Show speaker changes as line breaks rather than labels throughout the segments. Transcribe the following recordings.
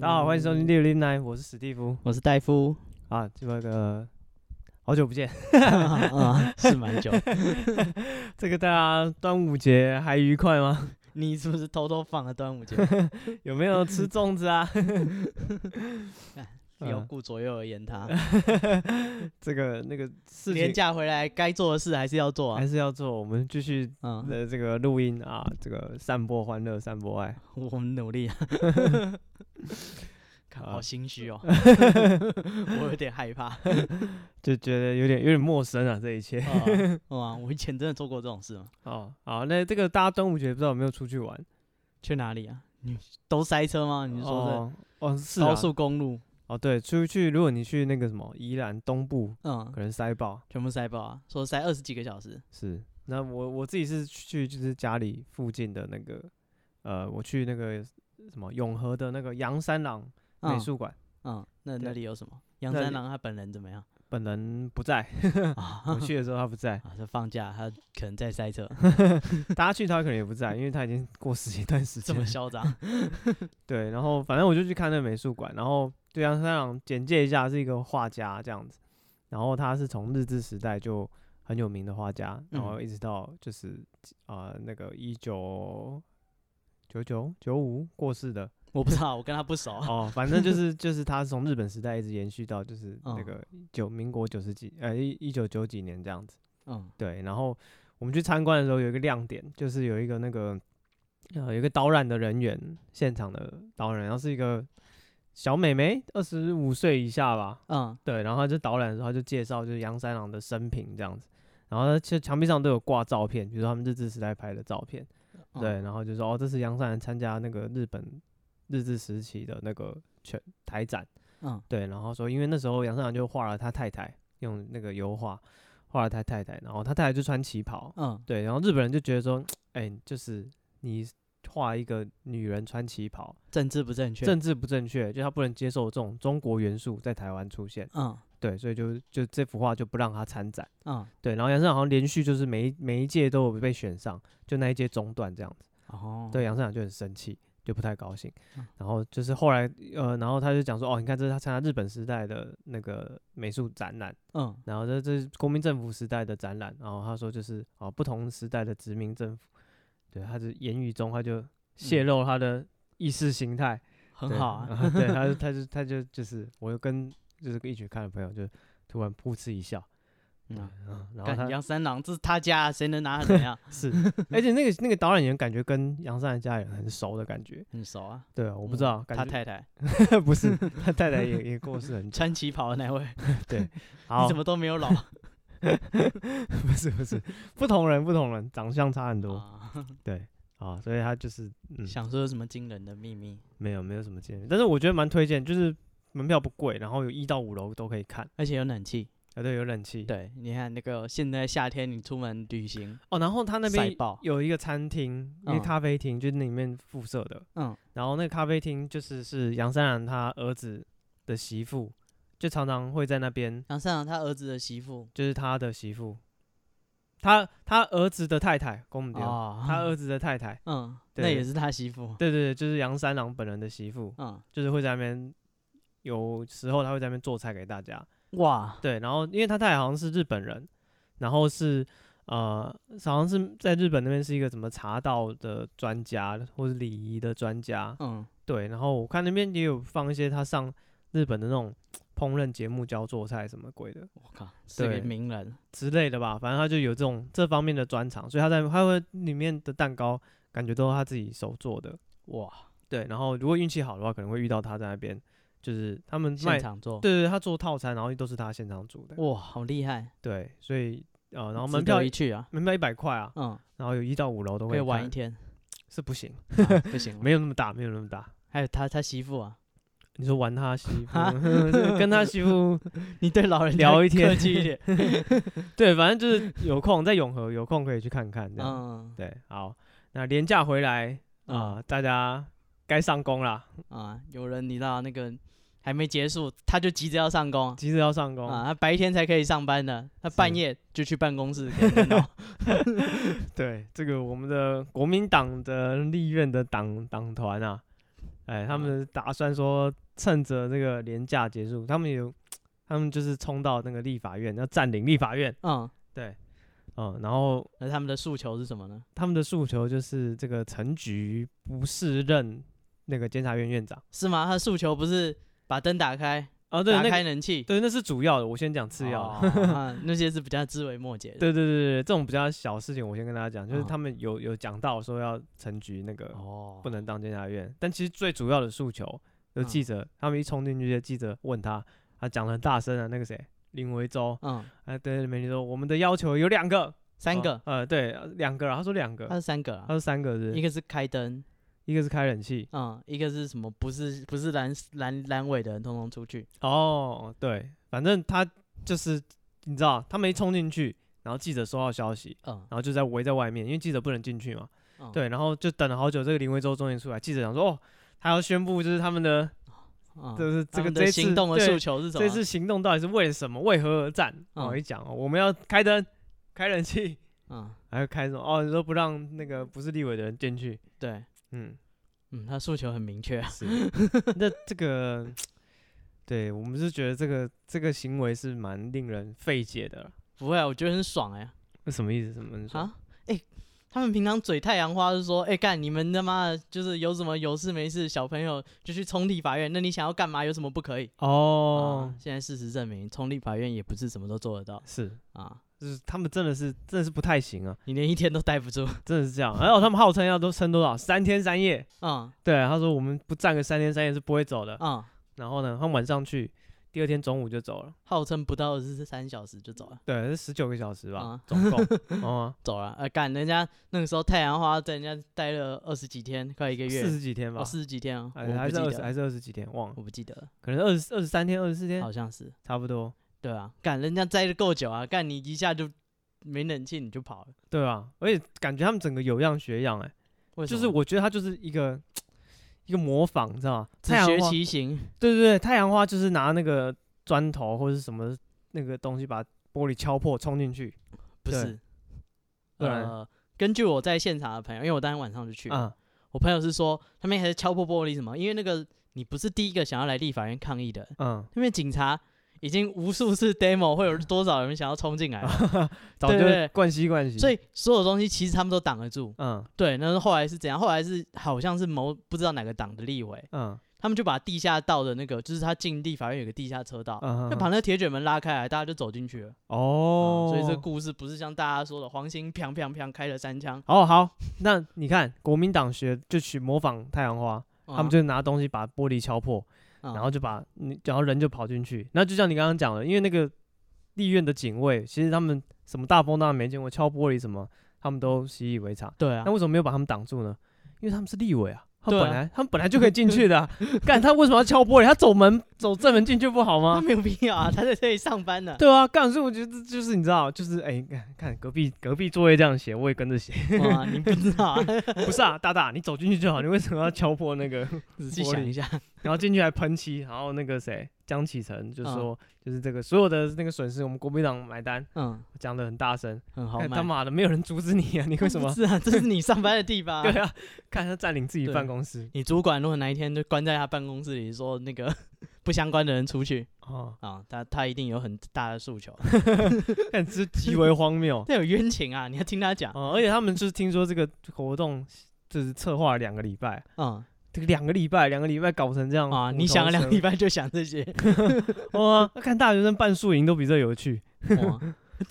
好，欢迎收听六零来，我是史蒂夫
我是戴夫，
啊，这个好久不见，
啊，是蛮久。
这个大家端午节还愉快吗？
你是不是偷偷放了端午 节？
有没有吃粽子啊？
不要顾左右而言 他，
这个那个事
年
情
假回来该做的事还是要做啊
还。是要做，我们继续
嗯，
呃这个录音啊，这个散播欢乐，散播爱。
我们努 力啊。看好
啊
心虚 哦，我有点害怕。啊
就觉得有点有点陌生啊，这一切。
哇，我以前真的做过这种事吗？
哦，好，那这个大家端午节不知道有没有出去玩？
去哪里啊？你都塞车吗？你是说
哦哦是
是高
啊，
速公路？
哦对，出去如果你去那个什么宜兰东部，
嗯
可，能塞爆。
全部塞爆啊！说塞二十几个小时，
是，那我我自己是去就是家里附近的那个，呃，我去那个什么永和的那个杨三郎美
嗯
术馆，
嗯，那
对
那里有什么？杨
那
三
里
郎他本人怎么样？
本人不 在，
啊
我去的时候他不在，
啊，这放假他可能在塞 车，
大家去他可能也不在，因为他已经过时一段时间
这么
了。
嚣张？
对，然后反正我就去看那个美术馆，然后对杨三郎简介一下，是一个画家这样子，然后他是从日治时代就很有名的画家，然后
嗯
一直到就是啊、呃那个一九九九九五过世的。
我不知道，我跟他 不熟。
哦，反正就是就是他从日本时代一直延续到就是那
嗯
个九民国九十几呃一一九九几年这样子。
嗯
对，然后我们去参观的时候有一个亮点，就是有一个那个呃有一个导览的人员，现场的导览，然后是一个小美眉，二十五岁以下吧。
嗯
对，然后他就导览的时候他就介绍就是杨三郎的生平这样子。然后其实墙壁上都有挂照片，比如说他们日治时代拍的照片，
嗯
对，然后就说哦，这是杨善人参加那个日本日治时期的那个全台展，
嗯
对，然后说因为那时候杨善人就画了他太太，用那个油画画了他太太，然后他太太就穿旗袍，
嗯
对，然后日本人就觉得说，哎、就是你画一个女人穿旗袍，
政治不正确。
政治不正确，就他不能接受这种中国元素在台湾出现，
嗯
对，所以就就这幅画就不让他参展，
嗯
对，然后杨善人好像连续就是每一每一届都有被选上，就那一届中断这样子。
哦
对，杨市长就很生气，就不太高兴
嗯。
然后就是后来，呃，然后他就讲说，哦，你看这是他参加日本时代的那个美术展览，
嗯
然后这这是国民政府时代的展览，然后他说就是啊、不同时代的殖民政府，对，他就言语中他就泄露他的意识形态，
嗯很
对
好啊。
然后 对，他就他就他就就是我又跟就是一起看的朋友就突然噗嗤一笑，
嗯，
嗯，然后
干
他
杨三郎这是他家，谁能拿他怎 样？
是，而且那个那个导演员感觉跟杨善人家人很熟的感觉，
很熟啊，
对啊，我不
嗯
知道，感
他
觉
太太
不是，他太太也也过世很久。
穿旗袍的那位， 你
好
怎，么都 没有老
不是不是，不同人不同人，长相差很多。
啊？
对啊，所以他就是嗯，
想说有什么惊人的秘密？
没有没有什么建议，但是我觉得蛮推荐，就是门票不贵，然后有一到五楼都可以看，
而且有冷气。
啊对，有冷气。
对，你看那个现在夏天你出门旅行，
哦，然后他那
晒
边
爆。
有一个餐厅，一个
嗯
咖啡厅，就是里面附设的。
嗯
然后那个咖啡厅就是是杨三郎他儿子的媳妇，就常常会在那边，
杨三郎他儿子的媳妇
就是他的媳妇，他他儿子的太太，公母丢。
哦，
他儿子的太太，
嗯，
对
那也是他媳妇。
对对对，就是杨三郎本人的媳妇，
嗯，
就是会在那边，有时候他会在那边做菜给大家。
哇，
对，然后因为他太太好像是日本人，然后是呃，好像是在日本那边是一个什么茶道的专家或者礼仪的专家。
嗯，
对，然后我看那边也有放一些他上日本的那种烹饪节目教做菜什么鬼的
我靠，是个
对
名人，
之类的吧，反正他就有这种这方面的专长，所以他在他会里面的蛋糕感觉都是他自己手做的。
哇，
对，然后如果运气好的话，可能会遇到他在那边，就是他们卖，
现
对
场做，
对对，他做套餐，然后都是他现场煮的，
哇，好厉害，
对，所以呃，然后
值
门
得
票
一去啊，
门票一百块啊，
嗯，
然后有一到五楼都
可以玩
看
一天，
是不行，
啊不行了，
没有那么大，没有那么大。
还有他他媳 妇啊，
你说玩他媳妇，跟他媳 妇，
你对老人家
聊一天
客气 一点，
对，反正就是有空在永和有空可以去看看这样。
嗯
对，好，那廉假回来啊、
啊
大家该上工啦，
啊，有人你知道那个还没结束，他就急着要上工。
急着要上工。
啊，他白天才可以上班的，他
是
半夜就去办公室给人 闹
对，这个我们的国
嗯
民党的立院的党党团啊，哎，他们打算说趁着这个廉假结束，他们有他们就是冲到那个立法院，要占领立法院，
嗯，
嗯，然后
那他们的诉求是什么呢？
他们的诉求就是这个陈菊不是任那个监察院院长。
是吗？他的诉求不是把灯打开，
啊，对，
打
那
开
个
冷气，
对，那是主要的，我先讲次要的。
哦啊那些是比较枝微末节 的。
对对对对，这种比较小事情，我先跟大家讲，就是
嗯
他们有有讲到说要陈局那个
哦
不能当监察院，但其实最主要的诉求，有
嗯
记者他们一冲进去，记者问他，他讲的很大声啊，那个谁林维洲，
嗯，
哎，对，媒体说我们的要求有两个，
三
哦
个，
呃，对，呃两个啦，他说两个
他，是三个
他
啊，
说三个是不是，
一个是开灯，
一个是开冷气，
嗯，一个是什么？不是不是蓝蓝蓝尾的人，通通出去。
哦，对，反正他就是你知道，他们一冲进去，然后记者收到消息，
嗯，
然后就在围在外面，因为记者不能进去嘛。
嗯，
对，然后就等了好久，这个林徽州终于出来，记者想说，哦，他要宣布就是他们的，
嗯，
就是
他
这个
们
这一
的
次
行动的
对
诉求是什么？
这次行动到底是为了什么，为何而战？我、
嗯
一讲哦，我们要开灯、开冷气，
嗯，
还要开什么？哦，你说不让那个不是立委的人进去，
对，
嗯，
嗯，他诉求很明确。
是， 那这个。对我们是觉得这个这个行为是蛮令人费解的啦，
不会啊，我觉得很爽哎、
那什么意思？什么意思？
啊，哎、他们平常嘴太阳花是说，哎、干你们他妈的就是有什么有事没事，小朋友就去冲立法院，那你想要干嘛？有什么不可以？
哦
啊，现在事实证明，冲立法院也不是什么都做得到
是，
啊，
就是他们真的是真的是不太行啊，
你连一天都待不住。
真的是这样。然后他们号称要都撑多少三天三夜，
嗯
对，他说我们不站个三天三夜是不会走的。
嗯，
然后呢，他们晚上去，第二天中午就走了。
号称不到是三小时就走了，
对，是十九个小时吧，
啊
总 共。哦、
走了。呃，干人家那个时候太阳花在人家待了二十几天，快一个
四
月，
十几天吧，
哦，四十几天啊，
哎
我
还
不
是二哎
记
十
得，
还是二十几天，忘了，
我不记得了，
可能二十二十三天、二十四天
好像是。
差不多，
对啊，干人家栽的够久啊，干你一下就没冷气你就跑了，
对吧？而且感觉他们整个有样学样、哎，
为什
就
么
是我觉得他就是一个一个模仿，你知道吗？
只
太阳
学
花，
其行，
对对对，太阳花就是拿那个砖头或者是什么那个东西把玻璃敲破冲进去，
不
对
是？
不然
呃，根据我在现场的朋友，因为我当天晚上就去，
啊、
我朋友是说他们还是敲破玻璃什么，因为那个你不是第一个想要来立法院抗议的，
嗯，
因为警察已经无数次 demo 会有多少人想要冲进 来了，
嗯早就
对对
灌吸灌吸，
所
以
以所有东西其实他们都挡得住。
嗯
对，那是后来是怎样？后来是好像是某不知道哪个党的立委，
嗯
他们就把地下道的那个，就是他进立法院有个地下车道，
嗯，
就把那铁卷门拉开来，大家就走进去了。
哦、
嗯所以这故事不是像大家说的黄兴砰砰砰开了三枪，
哦好，那你看国民党学就去模仿太阳花，他们
就
就拿东西把玻璃敲破，
啊
然后就把你，然后人就跑进去。那就像你刚刚讲的，因为那个立院的警卫，其实他们什么大风大浪没见过，敲玻璃什么，他们都习以为常。
对啊
那，为什么没有把他们挡住呢？因为他们是立委啊，他
对
们
啊
本来、他们本来就可以进去 的啊、干他为什么要敲玻璃？他走门走正门进去不好
他
吗？
没有必要啊，他在这里上 班呢。
对啊，干，所以我觉得这就是你知道，就是哎、看看隔壁隔壁座位这样写，我也跟着写。
哇，你不知 道啊，
不是啊，大大，你走进去就好，你为什么要敲破那个？
仔细
玻
想
璃
一下，
然后进去还喷漆，然后那个谁，江启臣就说，就是这个所有的那个损失，我们国民党买单，
嗯，
讲的很大声，
很好
哎
卖。
他妈的，没有人阻止你啊，你为什
不
么？
是啊，这是你上班的地方
对
啊。
啊，看他占领自己
对
办公室
你主管如果哪一天就关在他办公室里，说那个 不相关的人出去
哦，
啊，他他一定有很大的诉求，
看这极为荒谬
他有冤情啊，你要听他讲。
哦，而且他们就是听说这个活动就是策划了两个礼拜，
嗯
这个两个礼拜，两个礼拜搞成这样
啊，你想了两个礼
礼
拜就想 这些，
拜，哇，看大学生办宿营都比这有趣，
哇，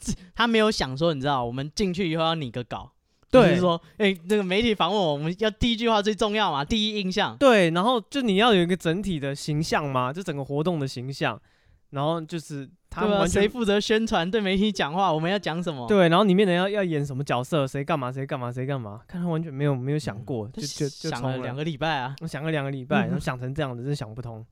这他没有想说，你知道，我们进去以后要拟个稿，
对
就是说，哎、那个媒体访问我，我们要第一句话最重要嘛，第一印象，
对，然后就你要有一个整体的形象嘛，就整个活动的形象，然后就是他
对吧？
完
谁
全
负责宣传，对媒体讲话，我们要讲什么？
对，然后里面的人要要演什么角色，谁干嘛，谁干嘛，谁干嘛，看他完全没有没有想过，就就就
嗯想
冲
了两个礼拜啊，
我想了两个礼拜，然 后
嗯
想成这样子，真想不通。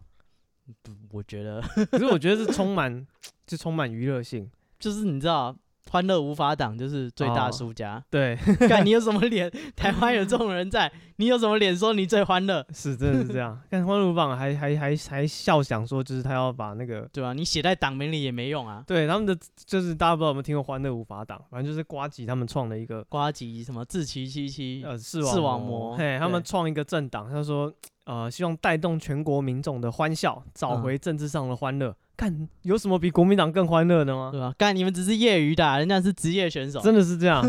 不我觉得
可是我觉得是充满，就充满娱乐性。
就是你知道。欢乐无法挡，就是最大
哦
输家。
对，
看你有什么脸？台湾有这种人在，你有什么脸说你最欢乐？
是真的是这样。但欢乐榜还还还还笑想说，就是他要把那个。
对吧、你写在党名里也没用啊。
对他们的就是大家不知道有没有听过《欢乐无法党》，反正就是瓜吉他们创的一个
瓜吉什么自欺欺欺，
呃视
视
网
网膜
嘿，他们
对
创一个政党，他说，呃，希望带动全国民众的欢笑，找
嗯
回政治上的欢乐。看有什么比国民党更欢乐的吗
对？啊吧？干你们只是业余的啊、人家是职业选手，
真的是这 样，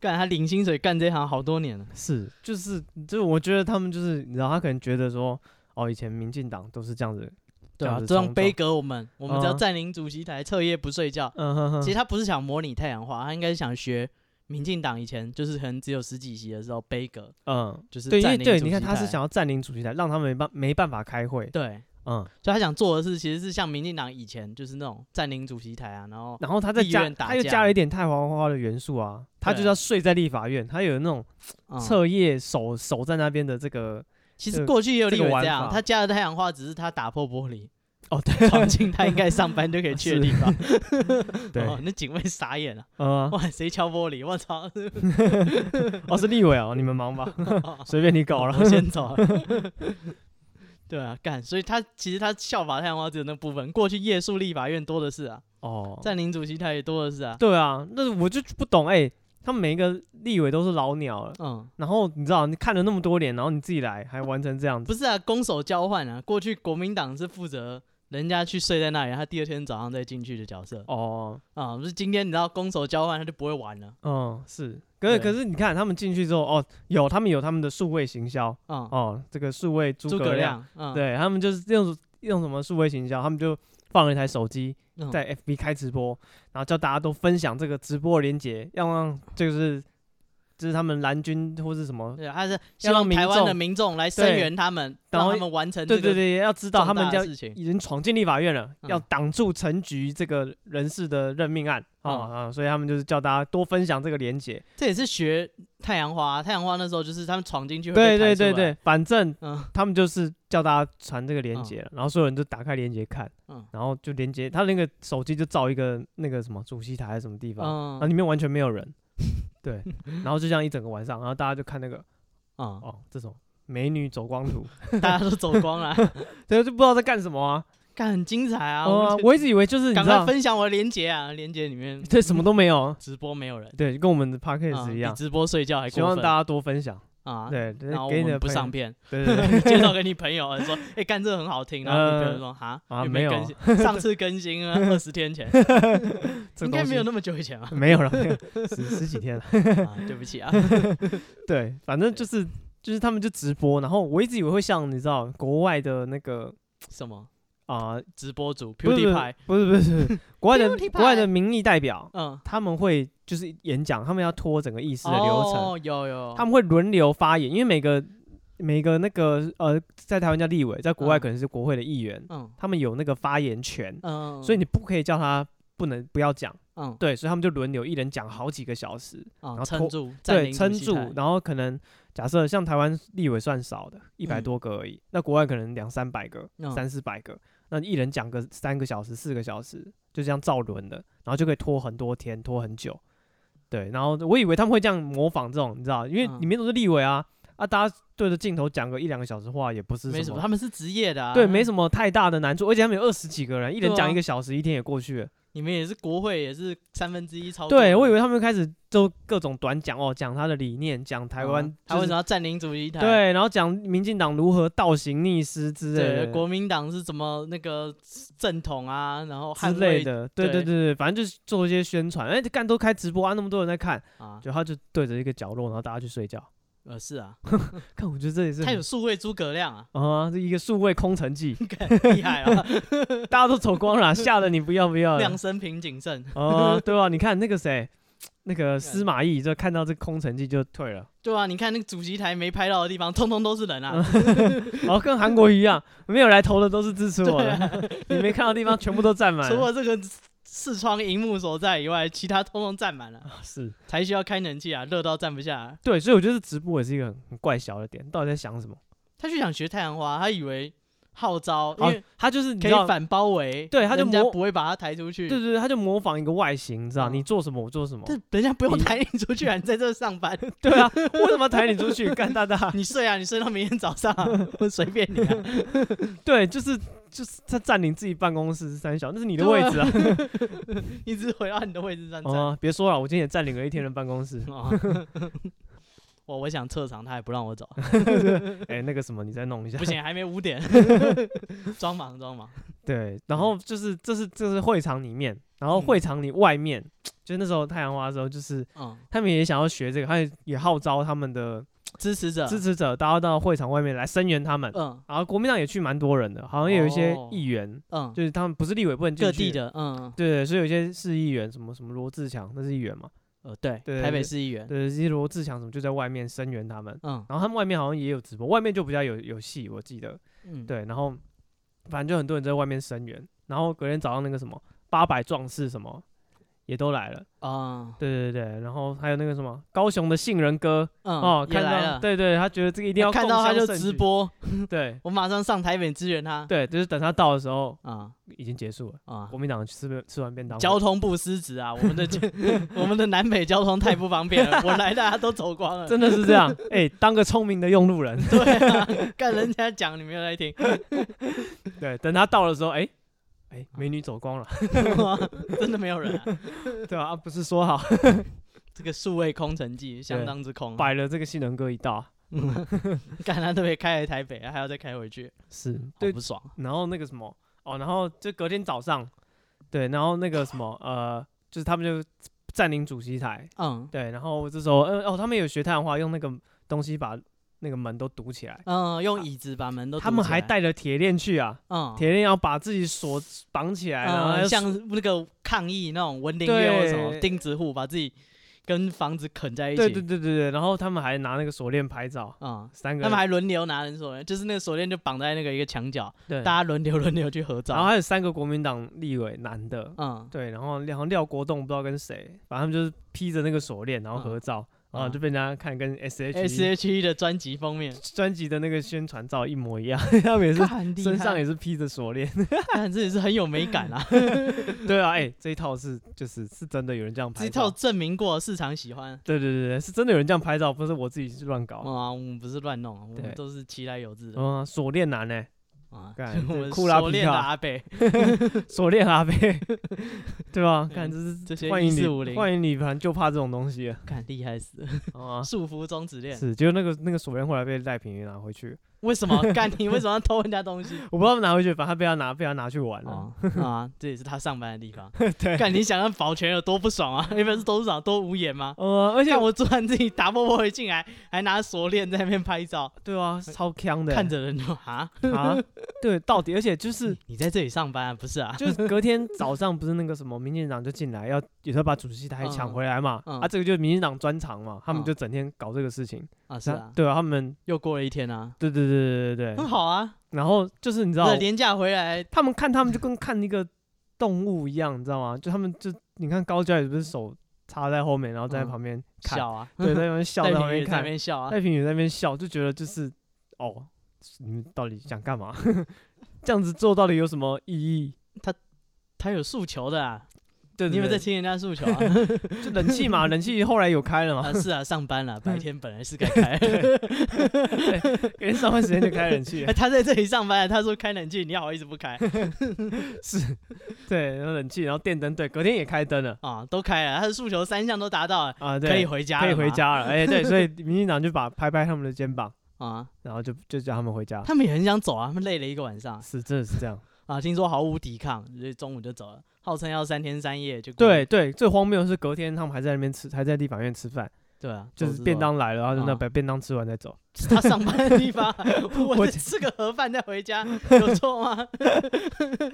干他领薪水干这行好多年了，
是就是就是，我觉得他们就是，你知道，他可能觉得说，哦，以前民进党都是这样子，
对啊，
这
这
样子
样背
冲
革我们，我们只要
嗯
占领主席台，彻夜不睡觉。
嗯哼
其实
哼，
他不是想模拟太阳花，他应该是想学民进党以前就是可能只有十几席的时候背革，
嗯，
就是
对，因为
占领
对，
主
你看
席
他是
台
想要占领主席台，让他们没办没办法开会，
对，
嗯，
所以他想做的事其实是像民进党以前就是那种占领主席台啊，然后
然后他再
立
加
院打
他又
架
加了一点太黄花的元素啊，他就是
对
要睡在立法院，他有那种
嗯
彻夜守守在那边的这个，
其
这
实
个
过去也有
这
立
个
委
玩
这样，
法
他加了太阳花，只是他打破玻璃，
哦，对
闯进他应该上班就可以去的地 方。
对，
哦，那警卫傻眼了，
嗯，
哇，谁敲玻璃？我操！
哦，是立委 哦，你们忙吧，随便你搞了
我。先走了。对啊，干，所以他其实他效法太阳花只有那部分，过去夜宿立法院多的是啊，
哦，
占领主席台也多的是啊。
对啊，那我就不懂哎、他们每一个立委都是老鸟了，
嗯，
然后你知道你看了那么多年，然后你自己来还玩成这样子，
不是啊，攻守交换啊，过去国民党是负责人家去睡在那里，他第二天早上再进去的角色
哦，
啊，不、是今天你知道攻守交换他就不会玩了
嗯，是，可是
对
可是你看他们进去之后，哦，有他们有他们的数位行销，
啊。
哦，这个数位诸
诸
葛
葛
亮，
亮，嗯，
对他们就是用用什么数位行销，他们就放了一台手机，
嗯
在 FB 开直播，然后叫大家都分享这个直播的链接，要让就是就是他们蓝军或是什么，
对，他是希
要让
望台湾
民
的
众
民众来声
对
援他们，
然
让
后
他们完成
对
这
对
个
对，要知
重
道他们
大的
要
事情。
已经闯进立法院了，
嗯
要挡住陈局这个人事的任命案啊
嗯
啊、所以他们就是叫大家多分享这个链接。
这也是学太阳花，太阳花那时候就是他们闯进去会
对
被
对
弹出
对
来
对，，反正
嗯，
他们就是叫大家传这个链接了，然后所有人就打开链接看，
嗯
然后就连接他那个手机就照一个那个什么主席台还是什么地方，然后
嗯
啊里面完全没有 人，对，然后就这样一整个晚上，然后大家就看那个
嗯，
哦这种美女走光图，
大家都走光了，
对，就不知道在干什么啊，
看很精彩啊！
哦啊
我们
我一直以为就是你
赶
知
快
道，
分享我的链接啊，链接里面嗯
对，什么都没有，
直播没有人，
对，跟我们的 p a c k a
啊
g e 一
比
样，
直播睡觉还
希
过
望大
分
家多分享，
啊！
对，对
然后我
给你
们
的
不
朋友
上，片，
对对 对，
你介绍给你朋友说， 哎，干这个很好听，然后你朋友说哈
啊
又
没有
更新，上次更新 啊，二十天前，
这东
应该
西
没有那么久 以前吧？
没有了，没 有十十几天了。
啊对不起啊，
对，反正
对
就是就是他们就直播，然后我一直以为会像你知道国外的那个
什么
啊、
直播主
不是
PewDiePie，
不是不是不是国外的
PewDiePie
国外的民意代表，
嗯，
他们会就是演讲，他们要拖整个议事的流程，
哦，有有，
他们会轮流发言，因为每个每个那个呃，在台湾叫立委，在国外
嗯
可能是国会的议员，
嗯
他们有那个发言权，
嗯，
所以你不可以叫他不能不要讲，
嗯，
对，所以他们就轮流一人讲好几个小时，
啊
后
撑
拖
住，占
对，
领
撑
主席
住
台，
然后可能假设像台湾立委算少的，一百
嗯
多个而已，那国外可能两三百个、
嗯
三四百个，那一人讲个三个小时、四个小时，就这样照轮的，然后就可以拖很多天，拖很久。对，然后我以为他们会这样模仿这种，你知道，因为
嗯
里面都是立委啊，啊，大家对着镜头讲个一两个小时话，也不是
没什么，他们是职业的啊，
对，没
么，
什么太大的难处，而且他们有二十几个人，一人
对
讲
啊
一个小时，一天也过去了。
你们也是国会，也是三分之一超过的，啊
对，我以为他们开始就各种短讲哦，讲他的理念，讲台湾、
嗯他为什么要占领主席台？
对，然后讲民进党如何倒行逆施之类
对，
的
国民党是怎么那个正统啊，然后
之
捍
类
卫
的，对对
对
对对，反正就是做一些宣传。哎，干都开直播啊，那么多人在看，
啊，
就他就对着一个角落，然后大家去睡觉。
呃是啊，
看，我觉得这也是
他有
很
数位诸葛亮啊，
啊，这一个数位空城计，
干厉害啊，
大家都走光了，吓得你不要不要
亮
的。
生平谨慎，
啊，对啊，你看那个谁，那个司马懿，就看到这空城计就退了。
对啊，你看那个主席台没拍到的地方，通通都是人啊，
然后哦跟韩国一样，没有来投的都是支持我
对啊
的， 你没看到的地方全部都占 满
除
了。
了这个视窗荧幕所在以外，其他通通占满了，
是，
才需要开冷气啊，热到站不下来。
对，所以我觉得直播也是一个很很怪小的点，到底在想什么？
他就想学太阳花，他以为号召，因
啊
为，
他就是你
可
知道
以反包围，
对他就
人家
模
不会把他抬出去，
对对对，他就模仿一个外形，你知道，你
嗯
做什么我做什么。
但人家不用
你
抬你出去啊，你在这上班，
对啊，为什么要抬你出去干大大？
你睡啊，你睡到明天早上啊、我随便你啊。
对，就是就是他占领自己办公室是三小，那是你的
对
位
啊
置啊。哦
你只是回到你的位置上站。
哦，别说了，我今天也占领了一天的办公室。
哦我我想撤场，他也不让我走，
哎、那个什么，你再弄一下。
不，行，还没五 点，装忙装忙。
对，然后就是这是这是会场里面，然后
嗯
会场里外面，就那时候太阳花的时候，就是
嗯，
他们也想要学这个，他也也号召他们的
支持者，
支持者，大家到会场外面来声援他们。
嗯
然后国民党也去蛮多人的，好像也有一些
哦
议员，
嗯，
就是他们不是立委不能进
各
去
地，的，嗯，
对对，所以有一些市议员，什么什么罗志强，那是议员嘛，
呃，对，
对
台北
对
市议员，
对，这些罗志强什么就在外面声援他们。
嗯
然后他们外面好像也有直播，外面就比较有有戏，我记得。
嗯，
对，然后反正就很多人在外面声援，然后隔天早上那个什么八百壮士什么也都来了，
啊，
对对对，然后还有那个什么高雄的杏仁哥、
嗯，
哦，
也
看
来
到
了，
对对，他觉得这个一定要
看
共
到他
襄
就
盛
直
举，
播，嗯
对
我马上上台北支援他。
对，就是等他到的时候
啊
已经结束了，
啊
国！民党吃便吃完便当，
交通部失职啊，我们的 我们的南北交通太不方便了，我来大家都走光 了。
真的是这样，哎，当个聪明的用路人，
对啊，看人家讲你没有在听，
对，等他到的时候，哎。哎，美女走光了，
真的没有人、啊。
对啊，啊不是说好
哦这个数位空城计相当之空、啊，
摆了这个杏仁哥一道，啊
干他特别开来台北，还要再开回去，
是
好
对
哦不爽。
然后那个什么，哦，然后就隔天早上，对，然后那个什么，呃，就是他们就占领主席台，
嗯
对，然后这时候，嗯、哦，他们有学太阳花，用那个东西把那个门都堵起来，
嗯，用椅子把门都堵
他们
起
还
来
带了铁链去啊，
嗯
铁链要把自己锁绑起来，然后
嗯，
要
像
锁
那个抗议那种文林月或什么
对
钉子户，把自己跟房子啃在一起。
对对对对对，然后他们还拿那个锁链拍照，
嗯，
三个
他
人，
们还轮流拿人手链，就是那个手链就绑在那个一个墙角，
对，
大家轮流轮流去合
然后
照。
还有三个国民党立委男的，
嗯，
对，然后好像廖国栋不知道跟谁，反正他们就是披着那个锁链，然后
嗯
合照，然后
嗯
就被人家看跟 S H
S H E 的专辑封面，
专辑的那个宣传照一模一样， 他们也是
看厉
身上
害
也是披着锁 链。
看这也是很有美感啊，
对啊，哎、这一套是就是是真的有人这样
这
拍
一
照。
套证明过市场喜欢。
对对对对，是真的有人这样拍照，不是我自己去乱搞。
啊，我们不是乱弄，我
哦对
们都是其来有志的
嗯，锁链男呢、
啊。
干
我
这
们啊
库拉
熟
皮
练的
卡，
阿北，
锁链 阿贝，对吧、看这
嗯这
是
些
欢迎
1450
你，欢迎你，反正就怕这种东西了
看厉害死了，
啊。
束缚中止恋。
是，就那个那个锁链后来被赖品妤拿回去，
为什 么？干你为什么要偷人家东西？
我不知道他们拿回去，反正他被他拿被他拿去玩了。
哦啊，这也是他上班的地方。
对
干你想让保全有多不爽啊？你 们是董事长多无言 吗？
呃，而且
像
我
我突然自己打波波回进来，还拿锁链在那边拍照，
对啊，超强的、
看着人就啊，
啊， 对，到底，而且就是
你你在这里上班、啊、不是啊？
就是隔天早上不是那个什么民进党就进来要也是要把主席台抢回来嘛，
嗯嗯
啊，这个就是民进党专长嘛，他们
嗯
就整天搞这个事情，
啊是啊，
对啊，他们
又过了一天啊，
对对对对对
很
对，
好啊，
然后就是你知道
这，廉价回来，
他们看他们就跟看一个动物一样，你知道吗？就他们就你看高教也不是手插在后面，然后在
嗯
旁边看，
笑啊，
对，在那 边笑，
戴
在
平
旁边
也在那
看，哎
边笑啊，
赖平宇在那边笑，就觉得就是哦，你们到底想干嘛？ 这样子做到底有什么意义？
他有诉求的啊，
对对
你有没有在
对
听人家诉求 啊？
就冷气 嘛，冷气后来有开了嘛，
啊是啊，上班了，
嗯
白天本来是该开，
因为上班时间就开冷 气了，
他在这里上班，他说开冷气，你好意思不开
对，然后冷气，然后电灯，对，隔天也开灯了
啊？都开了，他的诉求三项都达到了，
啊，对，
可以回家了
可
嘛，
以回家了，哎、对，所 以民进党就把拍拍他们的肩膀，
啊，
然后就就叫他们回家，
他们也很想走啊，他们累了一个晚上
是真的是这样，
啊，听说毫无抵抗，所以中午就走了，号称要三天三夜就过
对对，最荒谬的是隔天他们还在那边吃，还在立法院吃饭，
对啊，
就是
走
便当来了，然后就那
啊
把便当吃完再走，
是他上班的 地方，我
我
吃个盒饭再回家有错吗？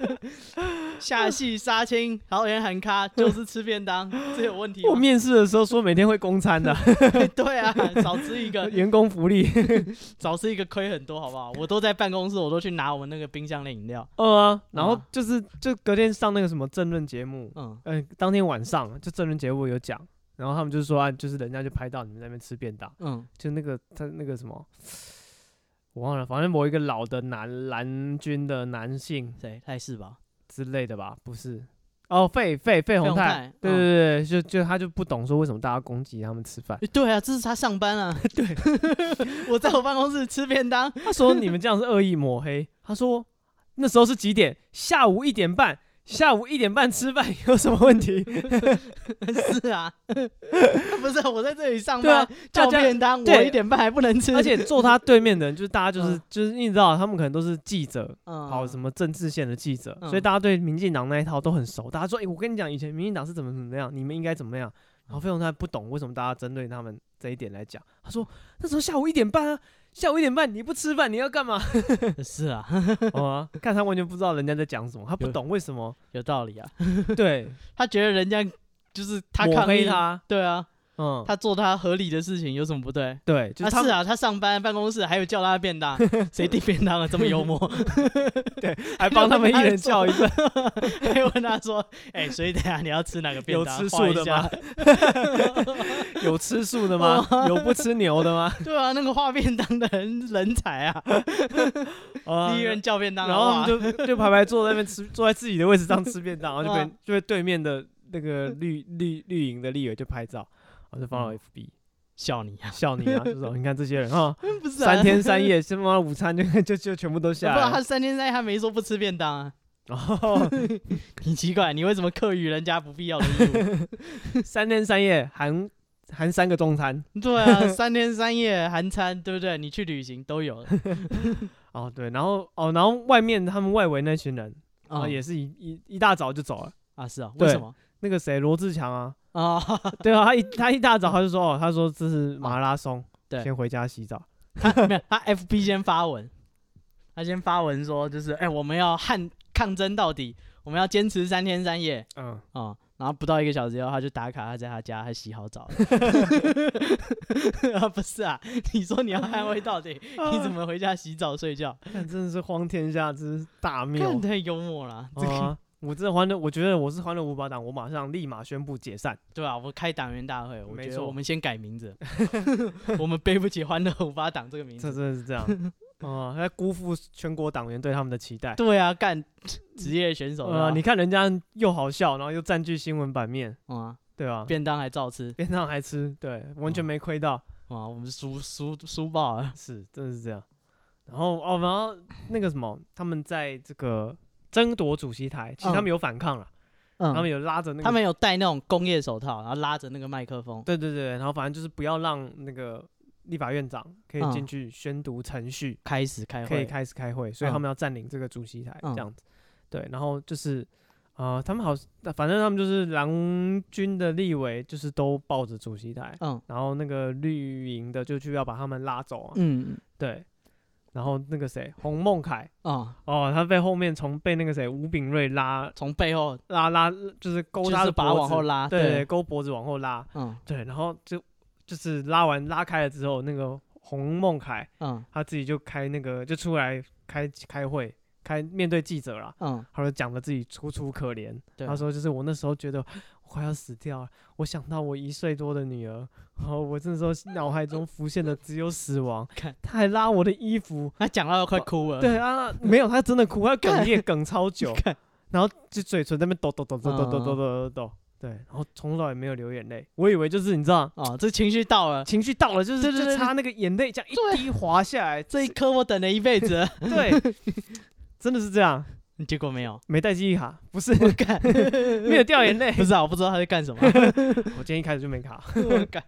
下戏杀青，桃园喊咖就是吃便当，这有问题
我
吗？
面试的时候说每天会公餐的，
对啊，少吃一个，
员工福 利，
少吃一个亏很多，好不好？我都在办公室，我都去拿我们那个冰箱的饮料。
呃、啊，然后
啊
就是就隔天上那个什么政论节目，
嗯，
嗯、当天晚上就政论节目有讲。然后他们就说啊，就是人家就拍到你们在那边吃便当，
嗯，
就那个他那个什么，我忘了，反正某一个老的男蓝军的男性
谁？赖世宝。
之类的吧，不是？哦，费费费
洪
宏
泰
泰，对对
嗯
对，对就就他就不懂说为什么大家攻击他们吃饭，
诶对啊，这是他上 班啊。对， 我在我办公室吃便当，
他说你们这样是恶意抹黑，他说那时候是几点？下午一点半。下午一点半吃饭有什么问题？
是啊， 不是我在这里上
对啊
班，叫
大家
便当，我
对
一点半还不能吃，
而且坐他对面的人，就是大家就是
嗯
就是你知道，他们可能都是记者，
好
跑什么政治线的记者，
嗯
所以大家对民进党那一套都很熟。大家说：“哎、我跟你讲，以前民进党是怎么怎么样，你们应该怎么样。”然后费鸿泰不懂为什么大家针对他们这一点来讲，他说：“那时候下午一点半啊，下午一点半你不吃饭，你要干嘛？”
是啊，
哦啊，看他完全不知道人家在讲什么，他不
有
懂为什么
有道理啊。
对
他觉得人家就是他
抹
抗
黑
议，
他，
对啊，
嗯，
他做他合理的事情有什么不对？
对，就是
啊
他
是
们、
啊，他上班办公室还有叫他的 便当，谁订便当啊？这么幽默，
还帮 他们一人叫一份，
还问他说：“哎，所以等下你要吃哪个便
有
当？
吃
划
素
一
的
下
吗？有吃素的吗？
哦
有不吃牛的 吗？
对啊，那个画便当的人人才啊，
啊
第一人叫便当，啊
然
好不
后
好
他们就就排排坐在那边吃，坐在自己的位置上吃便当，然后就
哇
被就被对面的那个绿绿绿营的立委就拍照，然后就放
嗯
到 FB
笑你啊，
笑你啊，就说你看这些人啊，
不 是啊
三天三，夜，他妈午餐就 就就全部都
不
下
然
来
他
了，
三天三夜他没说不吃便当啊，
然后
你奇怪，你为什么课予人家不必要的义
三天三夜含含三个中餐。
务？ 对啊，三天三夜韩餐，对不对？你去旅行都 有了，
哦，对，然后哦，然后外面他们外围那群人，啊、
啊
也是一一一大早就走了。
啊是啊，
对
为什么
那个谁，罗志强啊，
啊？
对啊，他一他一大早他就说，哦，他说这是马拉松，
对
先回家洗澡。
他没有，他 FB 先发文，他先发文说就是，哎、我们要捍抗争到底，我们要坚持三天三夜
嗯，
啊、嗯然后不到一个小时以后，他就打卡，他在他家还洗好澡。 啊，不是啊，你说你要捍卫到底，你怎么回家洗澡睡觉？
看真的是荒天下之大妙
看太幽默了，这个、
啊！我真的欢乐，我觉得我是欢乐五八党，我马上立马宣布解散。
对啊，我开党员大会，我
没
觉得
错
我们先改名 字，我们背不起欢乐五八党这个名
这
字。
真的是 这样啊！他辜负全国党员对他们的期待。
对啊，干职业选手的啊
啊，你看人家又好笑，然后又占据新闻版面，
嗯啊，
对吧、
便当还照吃。
边上还吃，对，完全
嗯
没亏到。
哇，我们输输输爆了！
是，真的是这样。然后哦，然后那个什么，他们在这个争夺主席台，其实他
嗯
们有反抗啊了，
嗯
他们有拉着那个，
他们有戴那种工业手套，然后拉着那个麦克风。
对对对，然后反正就是不要让那个立法院长可以进
嗯
去宣读程序，
开始开
可以
会，
开始开会，所以他们要占领这个主席台、
嗯
这样子。对，然后就是。啊、他们好，反正他们就是蓝军的立委，就是都抱着主席台，
嗯
然后那个绿营的就去要把他们拉走啊，
嗯
对，然后那个谁，洪孟凯，
哦，
哦，他被后面从被那个谁吴炳瑞拉
从背后
拉拉，就是勾
就
他
是
的脖
把
子，
往后拉，
对
对，
勾脖子往后拉，
嗯
对，然后就就是拉完拉开了之后，那个洪孟凯
嗯
他自己就开那个就出来开开会，开面对记者啦，
嗯，
他就讲的自己楚楚可怜，
对，
他说就是我那时候觉得我快要死掉了，我想到我一岁多的女儿，然后我这时候脑海中浮现的只有死亡
看，
他还拉我的衣服，
他哎讲到快哭了，
对啊，没有，他真的哭，他哽咽哽超久
看，
然后就嘴唇在那边抖抖抖抖抖抖抖抖抖抖，对，然后从头也没有流眼泪，我以为就是你知道，
哦，这情绪到了，
情绪到了，就是
对对
就
对
差那个眼泪这样
对
一滴滑下来，
这一刻我等了 一辈子，
对，真的是这样，
结果没有，
没带记忆卡，不是
我干，
没有掉眼泪，
不知道，我不知道他在干什么，
我今天一开始就没卡，
我干，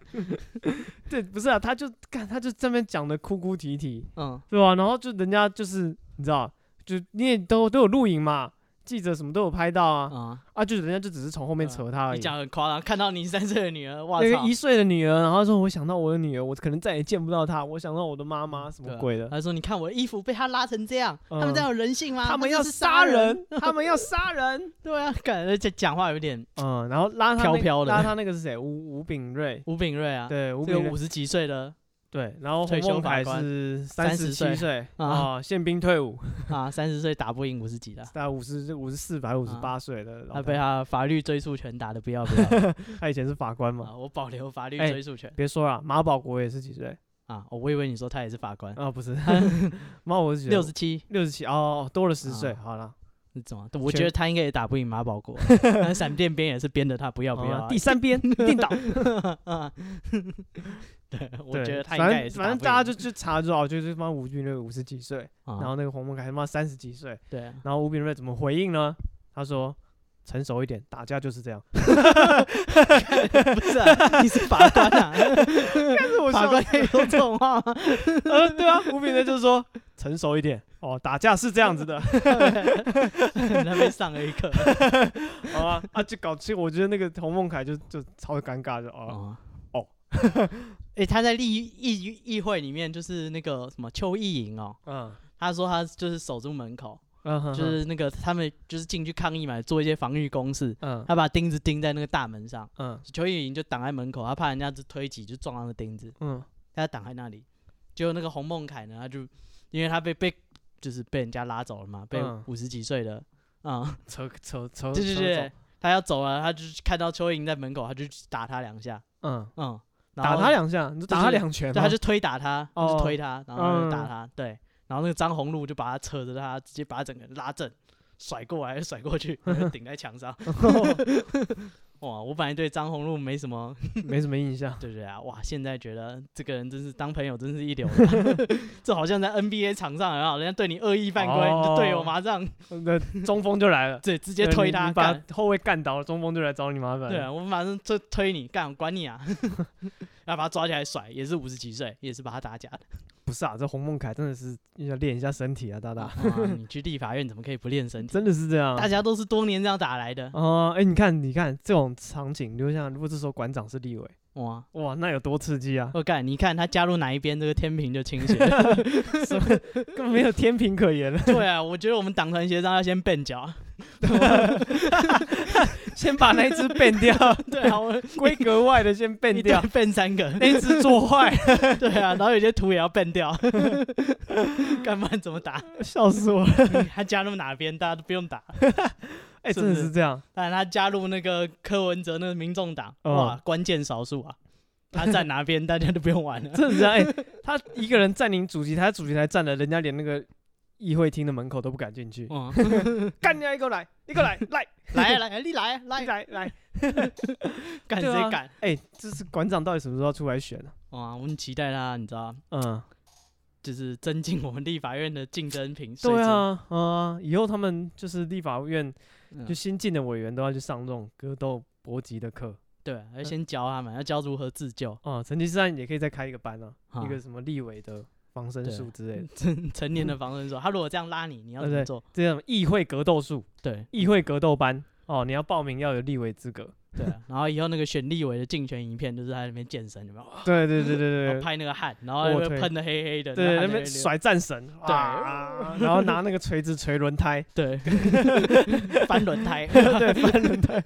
对，不是啊，他就看他就这边讲的哭哭啼啼，
嗯
对吧、然后就人家就是你知道，就你也都都有录影嘛，记者什么都有拍到啊，
啊，
啊，就人家就只是从后面扯他而
嗯你
已。
讲得很夸张，看到你三岁的女儿，哇
啊那
操
个，一岁的女儿，然后说：“我想到我的女儿，我可能再也见不到她，我想到我的妈妈，什
对
么
啊
鬼的？
他说你看我的衣服被他拉成这样，他们
嗯
这样有人性吗？
他们
这
要
是
杀
人，
人，他们要杀人。
对啊，感觉这讲话有点”
嗯，然后拉他那
飘飘的
拉他那个是谁？吴吴炳瑞，
吴炳瑞啊，
对，吴
这个
炳
五
瑞，
十几岁的
对，然后洪
退休
孟
法
凯
官
是三
30
十
岁
七岁
啊
啊，宪兵退伍，
啊，三十岁打不赢五十几的，
大概五十五十四百五十八岁的老
啊他
太
被
太，
他法律追诉权打的不 要不要
他以前是法官嘛。
啊！我保留法律
哎
追诉权
别说了，马保国也是几岁
啊！哦我以为你说他也是法官，
啊？ 不是，马保国是啊几岁
嗯六十七，
六十七哦，多了十岁，
啊
好了。
你怎么？我
全
觉得他应该也打不赢马 保国，那闪电鞭也是鞭的他不要不要
啊
啊，
第三 边一 定倒。
啊 对，我
对
觉得他应
反
该也
正
是
反
打
正
不
大家
赢
就就查就好，就是他妈吴炳瑞五十几岁，
啊
然后那个洪孟凯他妈三十几岁，
对啊
然后吴炳瑞怎么回应呢？他说：“成熟一点，打架就是这样。
不是、啊，你是法官啊？
但 是我
法
笑
官也有这种话 吗？
呃，对 啊，吴炳的就是说成熟一点哦，打架是这样子的，
他被上了一课。
好吧？啊，就搞其实我觉得那个洪孟凯就就超尴尬的哦，
哦
哦，
哎、他在立议议会里面就是那个什么邱意莹哦，
嗯
他说他就是守住门口，
嗯哼，
就是那个他们就是进去抗议嘛，做一些防御工事，
嗯
他把钉子钉在那个大门上，
嗯
邱意莹就挡在门口，他怕人家就推挤就撞到那钉子，
嗯
他挡在那里。结果那个洪孟凯呢，他就因为他被被就是被人家拉走了嘛，被
嗯哦
五十几岁的啊、嗯
扯扯扯，
对对
扯
对
走，，
他要走了，他就看到邱莹在门口，他就去打他两下，
嗯，
嗯，然
打
后
他两下，你就打
就
他
是
两拳
对，
吗，
他就推打他，
哦
就推他，然后
嗯
就打他，对，然后那个张宏禄就把他扯着他，直接把他整个拉正，甩过来 甩 过去，然后就顶在墙上。哇，我本来对张宏禄没什么，
没什么印 象。
对不对啊？哇，现在觉得这个人真是当朋友真是一流的， 这好像在 NBA 场上很好，人家对你恶意犯规，
哦
你就队友马上
那中锋就来了，
对 直接
对
推
你
他
你把
干。
后卫干倒了，中锋就来找你麻烦。
对啊，，我马上就推你，干，我管你啊！ 然后把他抓起来甩，也是五十几岁，也是把他打假的。
不是啊，这洪孟凯真的是要练一下身体啊，大大，
哇你去立法院怎么可以不练身体？
真的是这样。
嗯大家都是多年这样打来的。
哦，哎，你看，你看这种场景，就像如果这时候馆长是立委，
哇，
哇，那有多刺激啊！
我干，你看他加入哪一边，这个天平就倾斜 了。
呃什么根本没有天平可言了，
对啊，我觉得我们党团协商要先变脚。
先把那一只变 掉，
对啊，我
规格外的先变
一
掉，
变三个。
那一只做坏，
对啊，然后有些图也要变掉， 干嘛怎么打？
笑死我了！
他加入哪边，大家都不用打。
哎，
是
真
不
的
是
是这样，
但他加入那个柯文哲那个民众党，
哦
哇，关键少数啊。他站哪边，大家都不用玩了。
真的是这样。哎，他一个人占领主席台，主席台占了，人家连那个议会厅的门口都不敢进去，
嗯，
干你啊，一个来，一个来，来
来啊来 啊，你来啊来
来
啊，
来来，
敢
对啊
谁敢？
哎，这是馆长到底什么时候要出来选呢？啊
哇，我们期待他，你知道，
嗯，
就是增进我们立法院的竞争品。
对，啊，啊，以后他们就是立法院
嗯
就新进的委员都要去上这种格斗搏击的课
对，要
呃
先教他们，要教如何自救。
啊。成吉思汗也可以再开一个班啊，
啊
一个什么立委的防身术之类的，
成成年的防身术，他如果这样拉你，你要
啊
怎么
对
做？
这种议会格斗术、
对
议会格斗班哦，你要报名要有立委资格。
对啊，然后以后那个选立委的竞选影片，就是他在那边健身，有没有？
对对对
啊然
对
后
对。
拍那个汗，然后
卧
又
推
喷的黑黑的，
对，
然后
那
汗
边
在流
甩战神，
对
啊然后拿那个锤子锤轮胎，
对 翻轮胎，
对，翻轮胎，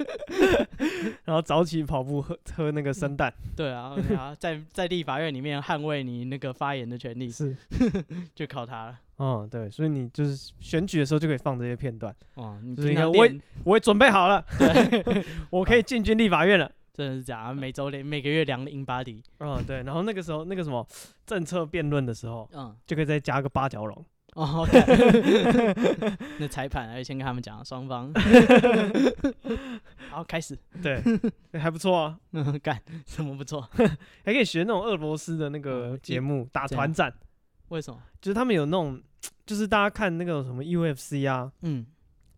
然后早起跑步喝喝那个生蛋，
对啊，然后在在立法院里面捍卫你那个发言的权利，
是，
就靠他了。
哦，对，所以你就是选举的时候就可以放这些片段。
哦，你
就是应
平
该
常
我
练
我也准备好了，
对，
我
嗯
可以进军立法院了。
真的是这样，啊每周练，每个月量 in body，
嗯，对，然后那个时候那个什么政策辩论的时候，
嗯，
就可以再加个八角 笼。
哦， 干那裁判要先跟他们讲双方，好开始，
对，还不错啊，
嗯，干什么不错？
还可以学那种俄罗斯的那个
嗯一
节目，打
怎样
团战，
为什么？
就是他们有那种，就是大家看那个什么 UFC 啊、
嗯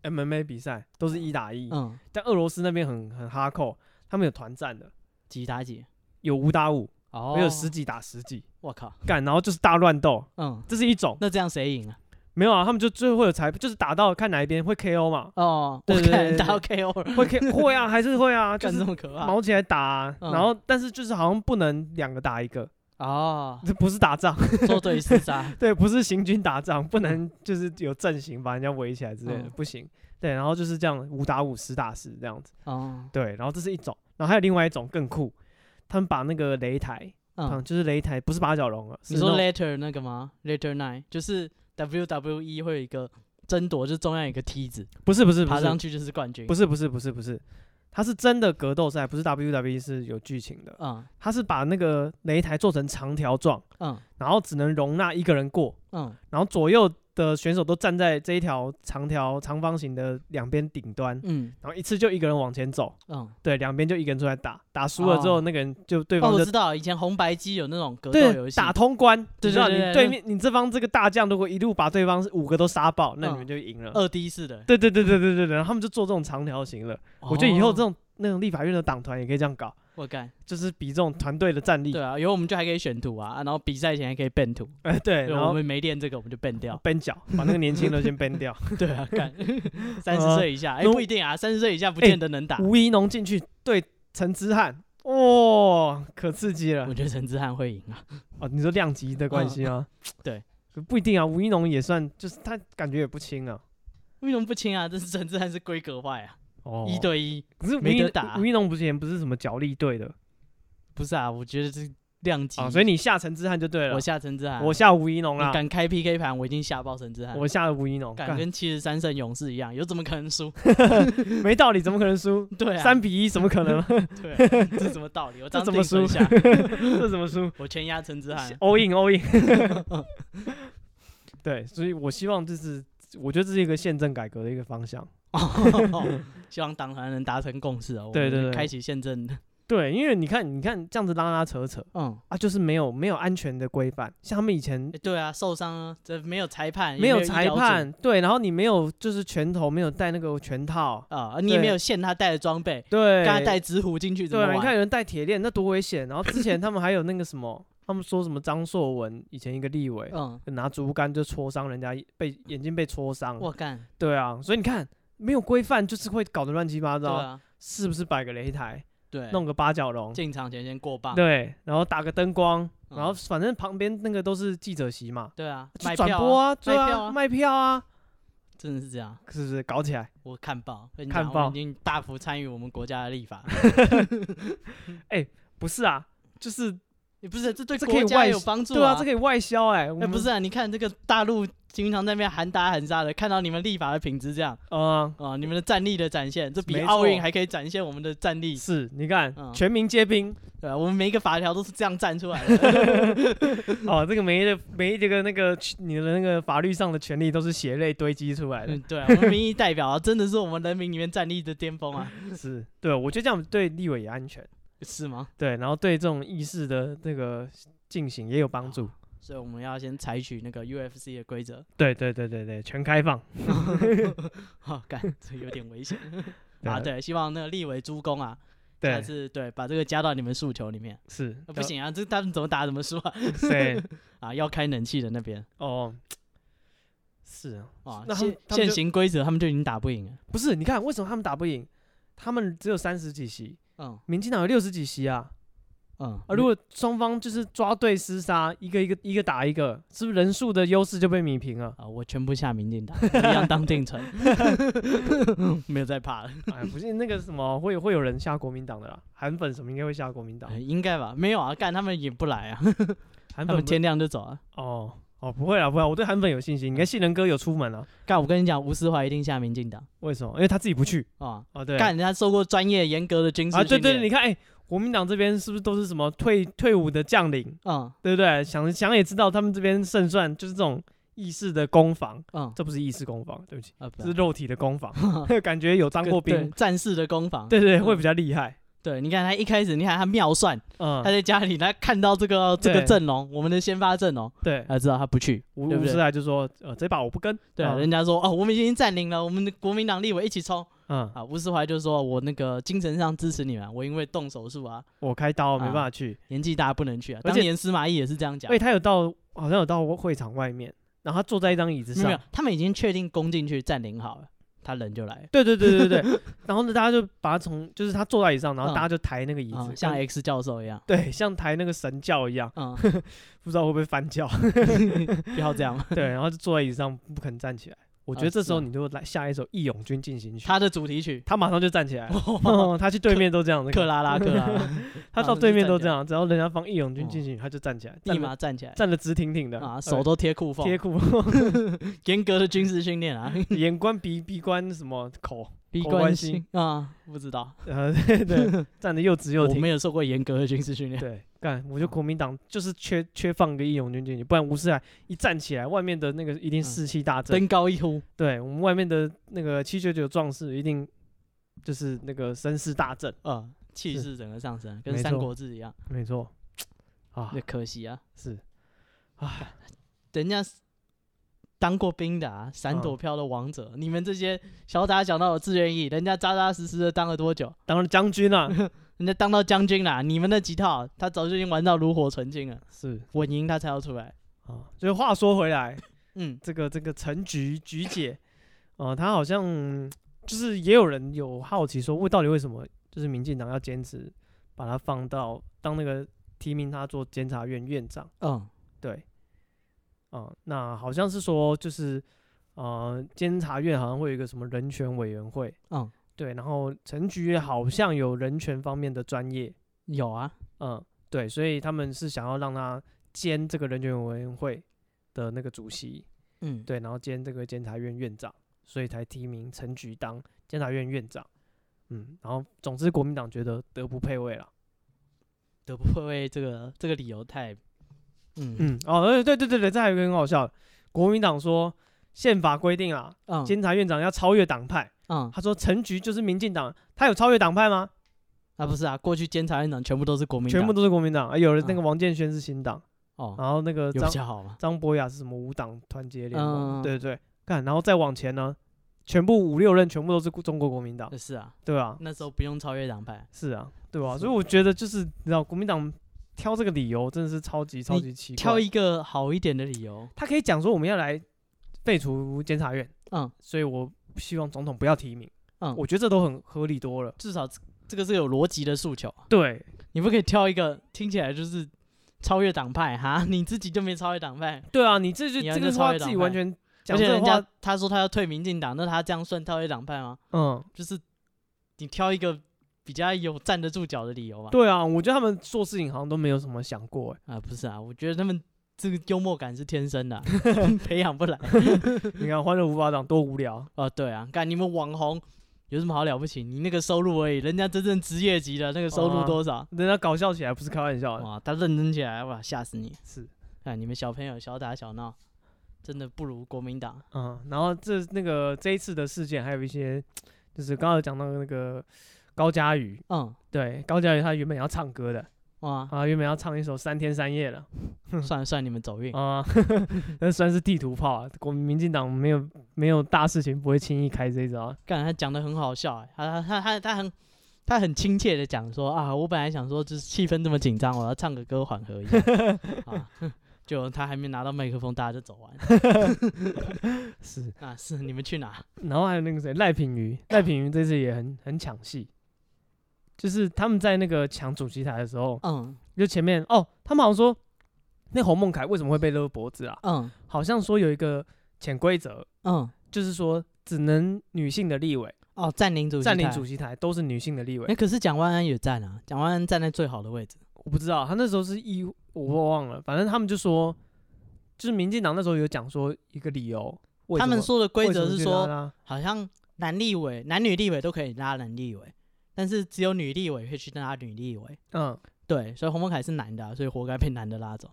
MMA 比赛，都是一打一，
嗯，
但俄罗斯那边很很哈扣，他们有团战的，
几打几？
有五打五，
哦
没有十，几打十几，
我靠，
干，然后就是大乱斗，
嗯，
这是一种。
哦那这样谁赢啊？
没有啊，他们就最后会有裁，就是打到看哪一边会 KO 嘛，
哦，我
对对
看
对
打到
对
KO 了，
会 K 会啊，还是会啊，就
干
是
这么可怕？
毛起来打啊、
嗯
然后但是就是好像不能两个打一个，
哦，
这不是打仗，，
做对厮杀
对，不是行军打仗，不能就是有阵型把人家围起来之类的，
嗯
不行。对，然后就是这样五打五、十打十这样子。
哦，
对，然后这是一种，然后还有另外一种更酷，他们把那个擂台，嗯，
嗯，
就是擂台，不是八角笼了，
你
是
说
那种
later 那个吗？later night 就是 WWE 会有一个争夺，就是中央有一个梯子，
不是不是不
爬
是
上去就是冠军，
不
是，
是不是不是不是，它是真的格斗赛，不是 WWE 是有剧情的，
嗯
它是把那个擂台做成长条状，
嗯
然后只能容纳一个人过，
嗯，
然后左右的选手都站在这一条长条长方形的两边顶端，
嗯
然后一次就一个人往前走，
嗯，
对，两边就一个人出来打，打输了之
哦
后，那个人就对
哦，
方
我
就
知道，以前红白机有那种格斗游
对
戏，
打通关，你
对
知道
对
你
对对
对面你这方这个大将如果一路把对方五个都杀爆，那你们就赢了。
二 D 式的。
对对对对对对对，然后他们就做这种长条形了。我觉得以后这种那种立法院的党团也可以这样搞，
哦我干，
就是比这种团队的战力
对，啊，以后我们就还可以选图啊，啊然后比赛前还可以变图，
哎对，
对，
然
我
后。
们没练这个我们就变掉
ban 脚，把那个年轻的先 ban 掉。
对啊， 干，三十
啊
岁以下，哎，
那我
不一定啊，三十岁以下不
哎
见得能打。
吴一农进去对陈之汉，哇，可刺激了
我觉得陈之汉会赢啊，
哦！你说量级的关系啊？
嗯 对，
不一定啊，吴一农也算，就是他感觉也不轻啊。
为什么不轻啊？这是陈之汉是规格化呀，
哦
一，对一。
可是吴
没
一
得打啊
吴一农不是也不是什么角力队的
不是啊，我觉得这量级。
啊，所以你下陈之汉就对了
我，下陈之汉，啊
我下吴一农
你
啦，
敢开 PK 盘，我已经吓爆陈之汉。
我下吴一农，
敢
干
跟七十三胜勇士一样，有怎么可 能输？
没道理，怎么可能输？
对啊，
三比一怎么可能？
对啊，这什么道理？我
这
当
怎么
定
输
存一下？
这怎么输
我全压陈之 汉。
？all in all in。对，所以我希望这是，我觉得这是一个宪政改革的一个方向。
希望党团能达成共识哦。我
哦对对
们
对
开启宪政。
对，因为你看，你看这样子拉拉扯扯
嗯，
啊，就是没有没有安全的规范，像他们以前
诶对啊，受伤啊，这没有裁判，也
没
有
有
医
裁
疗组
判，对，然后你没有就是拳头没有带那个拳套，
啊，你也没
对
有限他带的装备，
对，
跟他带纸虎进去怎
对
么
啊，你看
玩？
有人带铁链，那多危险。然后之前他们还有那个什么，他们说什么张硕文以前一个立委。
嗯，
拿竹竿就戳伤人家被眼睛被戳伤，
我干，
对啊，所以你看没有规范，就是会搞得乱七八
对
糟，
啊，
是不是摆个擂台，
对，
弄个八角笼，
进场前先过磅。
对，然后打个灯光，
嗯
然后反正旁边那个都是记者席嘛，
对啊，
就
买
转
票
播
啊，
啊，对
卖票啊
啊，卖票啊，
真的是这样。
是不是搞起来？
我看报，跟你
看
讲，我
报
们已经大幅参与我们国家的立法。
不是啊，就是
也不是，这对
这
国
可以
家
外
有
销
帮助
对啊，
啊。
这可以外销哎，我
哎，
们
不是啊，你看这个大陆经常在那边喊打喊杀的，看到你们立法的品质这样
嗯，
啊，你们的战力的展现，这比
没
奥运
错
还可以展现我们的战力，
是你看
嗯
全民皆兵
对啊吧？我们每一个法条都是这样站出 来的，
哦，这个每一个每一个那个你的那个法律上的权利都是血泪堆积出来的
嗯，，对啊，我们民意代表啊，真的是我们人民里面战力的巅峰啊，
是对，我觉得这样对立委也安全。
是吗？
对，然后对这种意识的那个进行也有帮助。
所以我们要先采取那个 UFC 的规则，
对对对对对，全开放
好，干，这有点 危险
啊
啊。对，希望那个立委诸公啊，下
对
次对把这个加到你们诉求里面。
是
啊不，行啊，这他们怎么打怎么输啊？
对
啊，要开冷气的那边
哦，是啊，
啊，
那他
现
们他们
现
就
行规则他们就已经打不赢了。
不是？你看为什么他们打不赢？他们只有三十几席，
嗯
民进党有六十几席啊。
嗯
啊，如果双方就是抓对厮杀，一个一个一个打一个，是不是人数的优势就被米平了
？啊，我全部下民进党，我一样当定 存，没有在怕了，
哎，不是那个什么，会会有人下国民党的啦，韩粉什么应该会下国民党
哎，应该吧？没有啊，干他们也不来啊，
韩
他
粉
们
不
天嗯亮就走啊。
哦哦不会啦不会啦，我对韩粉有信心。你看杏仁哥有出门啊？
干，我跟你讲，吴思怀一定下民进党
为什么？因为他自己不去
啊！
哦，对，
干，人家受过专业严格的军事
啊，对
训
对，
练
你看，哎、国民党这边是不是都是什么退退伍的将领，
嗯
对不对？想想也知道，他们这边胜算就是这种意识的攻防，
嗯
这不是意识攻防，对不起，
啊，
是肉体的攻 防，感觉有当过
对
兵，
战士的攻防，
对对
嗯
会比较厉害。
对，你看他一开始，你看他妙算，
嗯
他，在家里，他看到这个这个
对
阵容，我们的先发阵容，
对，
他知道他不去，
吴
对不
吴
对
思来就说，呃，这把我不跟，
对啊，
嗯
人家说哦，我们已经占领了，我们的国民党立委一起冲
嗯，
啊。吴思怀就说，我那个精神上支持你们，我因为动手术啊，
我开刀没
啊
办法去，
年纪大不能去啊。
而
当
且
年司马懿也是这样
因
讲，
为他有到，好像有到会场外面，然后他坐在一张椅子
没有没
上
有，，他们已经确定攻进去占领好了，他人就来了。
对对对对 对，然后呢，大家就把他从，就是他坐在椅上，然后
嗯
大家就抬那个椅
啊
子，
像
跟
X 教授一 样，
对，像抬那个神教一样，
嗯，
不知道会不会翻 教，
不要这样。
对，然后就坐在椅子上不肯站起来。我觉
啊
得这时候
是啊
你就来下一首《义勇军进行曲》，
他的主题曲，
他马上就站起来 了， 哦他去对面都这样子，
克拉拉克拉拉，
他到对面都这样，只要人家放《义勇军进行曲》，他就站起来，
立
站
马
得
站起来
站得直挺挺的
啊，
对
手都贴裤缝，
贴 裤，
严格的军事 训练啊，
眼观鼻，鼻观什么口，
闭
口
关
关心
心啊，不知道，
呃，对对，站得又直又
我
挺
没，有受过严格的军事训练。
对，干，我觉得国民党就是缺缺放个义勇军进去，不然吴思海一站起来，外面的那个一定
嗯
士气大增。
登高一呼，
对我们外面的那个七九九壮士一定就是那个声势大振。
啊，气
是
势整个上升，跟
没
《三
错
国志》一样。
没错，啊
那，可惜啊，
是
人家是当过兵的啊，闪
嗯
躲票的王者，你们这些小打小闹的自愿役，人家扎扎实实的当了多久？
当了将军 啊，
人家当到将军啦，你们那几套，他早就已经玩到炉火纯青了，
是
稳赢他才要出来。
啊。所以话说回来，
嗯，
这个这个陈菊菊姐，呃，她好像嗯就是也有人有好奇说，为到底为什么就是民进党要坚持把她放到当那个提名她做监察院院长？
嗯，
对，啊、那好像是说就是呃，监察院好像会有一个什么人权委员会，
嗯，
对，然后陈菊好像有人权方面的专业，
有啊，
嗯，对，所以他们是想要让她兼这个人权委员会的那个主席，
嗯，
对，然后兼这个监察院院长，所以才提名陈菊当监察院院长。嗯，然后总之国民党觉得德不配位了。
德不配位这个这个理由太，嗯
嗯，哦，对对对对对，这还有一个很好笑的，国民党说宪法规定啊，
嗯
监察院长要超越党派。
嗯
他说陈菊就是民进党，他有超越党派吗？
啊不是啊，过去监察院长全部都是国民党，
全部都是国民党，啊有了那
嗯
个王建轩是新党，
哦，
然后那个
有比
张
较好吗？
张博雅是什么五党团结联盟，
嗯
对对对，看，然后再往前呢，全部五六任全部都是中国国民党，
是啊，
对吧？
那时候不用超越党派，
是啊，对吧？
是
所以我觉得就是你知道，国民党挑这个理由真的是超级超级奇怪。
挑一个好一点的理由，
他可以讲说我们要来废除监察院，
嗯，
所以我希望总统不要提名，
嗯
我觉得这都很合理多了。
至少这这个是有逻辑的诉求啊，
对
你不可以挑一个听起来就是超越党 派哈，你自己就没超越党派，
对啊，你这就
你要
这
就
个
超
话
越
自己
党派
完全
而
讲
且
这个
人
话
家，他说他要退民进党，那他这样算超越党派吗？
嗯，
就是你挑一个比较有站得住脚的理由嘛。
对啊，我觉得他们做事情好像都没有什么想 过、欸，
啊，不是啊，我觉得他们这个幽默感是天 生的啊、培养不来。
你看《欢乐无法党》多无聊，
哦，对啊，看你们网红有什么好了不起？你那个收入而已，人家真正职业级的那个收
哦
入
啊
多少？
人家搞笑起来不是开玩笑的，
哇，他认真起来，哇，吓死你！
是，
看你们小朋友小打小闹，真的不如国民党。
嗯，然后这那个这一次的事件还有一些，就是刚刚有讲到那个高佳瑜，
嗯，
对，高佳瑜她原本要唱歌的，
哇，
啊，原本要唱一首《三天三夜》了，
算了算了你们走运。
啊， 那算是地图炮啊，国民民进党没有没有大事情不会轻易开这一招啊，
干，他讲的很好笑、欸，他他他他很他很亲切的讲说啊，我本来想说就是气氛这么紧张，我要唱个歌缓和一 下啊， 就他还没拿到麦克风，大家就走完
是，
啊，是你们去哪？
然后还有那个谁赖品妤，赖品妤这次也很很抢戏，就是他们在那个抢主席台的时候，
嗯
就前面哦，他们好像说那洪孟凯为什么会被勒脖子啊？
嗯
好像说有一个潜规则，
嗯，
就是说只能女性的立委
哦，占领主席
占领
台
主，席台都是女性的立
哎、
委，
可是蒋万安也站啊，蒋万安站在最好的位置，
我不知道他那时候是一我忘了，反正他们就说，就是民进党那时候有讲说一个理由，为
他
什
们
么
说的规则
为什么
是，
去拉
说
他
好像男立委、男女立委都可以拉男立委，但是只有女立委会去拉女立委，
嗯，
对，所以洪孟凯是男的啊、所以活该被男的拉走。